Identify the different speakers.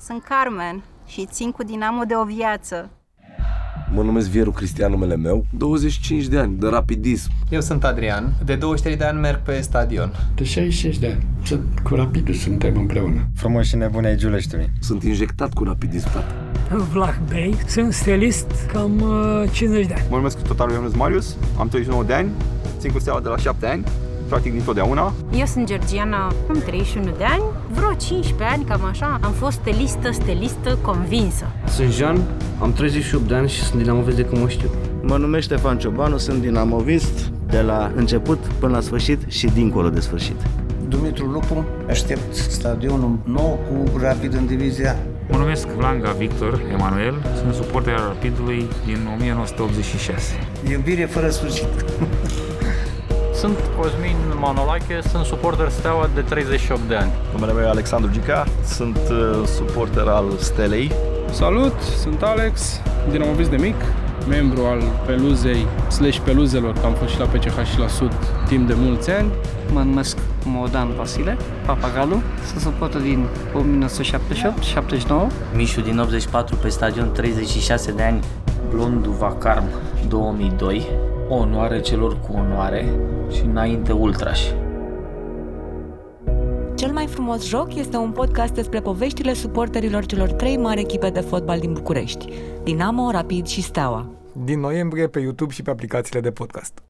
Speaker 1: Sunt Carmen și țin cu Dinamo de o viață.
Speaker 2: Mă numesc Vieru Cristian, numele meu. 25 de ani, de rapidism.
Speaker 3: Eu sunt Adrian. De 23 de ani merg pe stadion.
Speaker 4: De 66 de ani. Sunt, cu rapidul suntem împreună.
Speaker 5: Frumos și nebun ai Giuleștiului.
Speaker 2: Sunt injectat cu rapidism, tată.
Speaker 6: Vlah Bey, sunt stilist cam uh, 50 de ani.
Speaker 7: Mă numesc totalul Ionuț Marius, am 39 de ani, țin cu steaua de la 7 ani, practic dintotdeauna.
Speaker 8: Eu sunt Georgiana, am 31 de ani, vreo 15 ani, cam așa, am fost stelistă, stelistă convinsă.
Speaker 9: Sunt Jean, am 38 de ani și sunt dinamovist de cum o știu.
Speaker 10: Mă numesc Ștefan Ciobanu, sunt dinamovist de la început până la sfârșit și dincolo de sfârșit.
Speaker 11: Dumitru Lupu, aștept stadionul nou cu Rapid în divizia
Speaker 12: Mă numesc Langa Victor Emanuel, sunt suporter al Rapidului din 1986.
Speaker 11: Iubire fără sfârșit.
Speaker 13: Sunt Cosmin Manolache, sunt suporter Steaua de 38 de ani.
Speaker 14: Numele meu e Alexandru Gica, sunt uh, suporter al Stelei.
Speaker 15: Salut, sunt Alex, dinamovist de mic, membru al Peluzei slash Peluzelor, că am fost și la PCH și la Sud timp de mulți ani.
Speaker 16: Mă numesc Modan Vasile, Papagalu, sunt suporter din 1978-79.
Speaker 17: Mișu din 84 pe stadion, 36 de ani. Blondu Vacarm, 2002. Onoare celor cu onoare și înainte ultrași.
Speaker 18: Cel mai frumos joc este un podcast despre poveștile suporterilor celor trei mari echipe de fotbal din București, Dinamo, Rapid și Steaua.
Speaker 19: Din noiembrie pe YouTube și pe aplicațiile de podcast.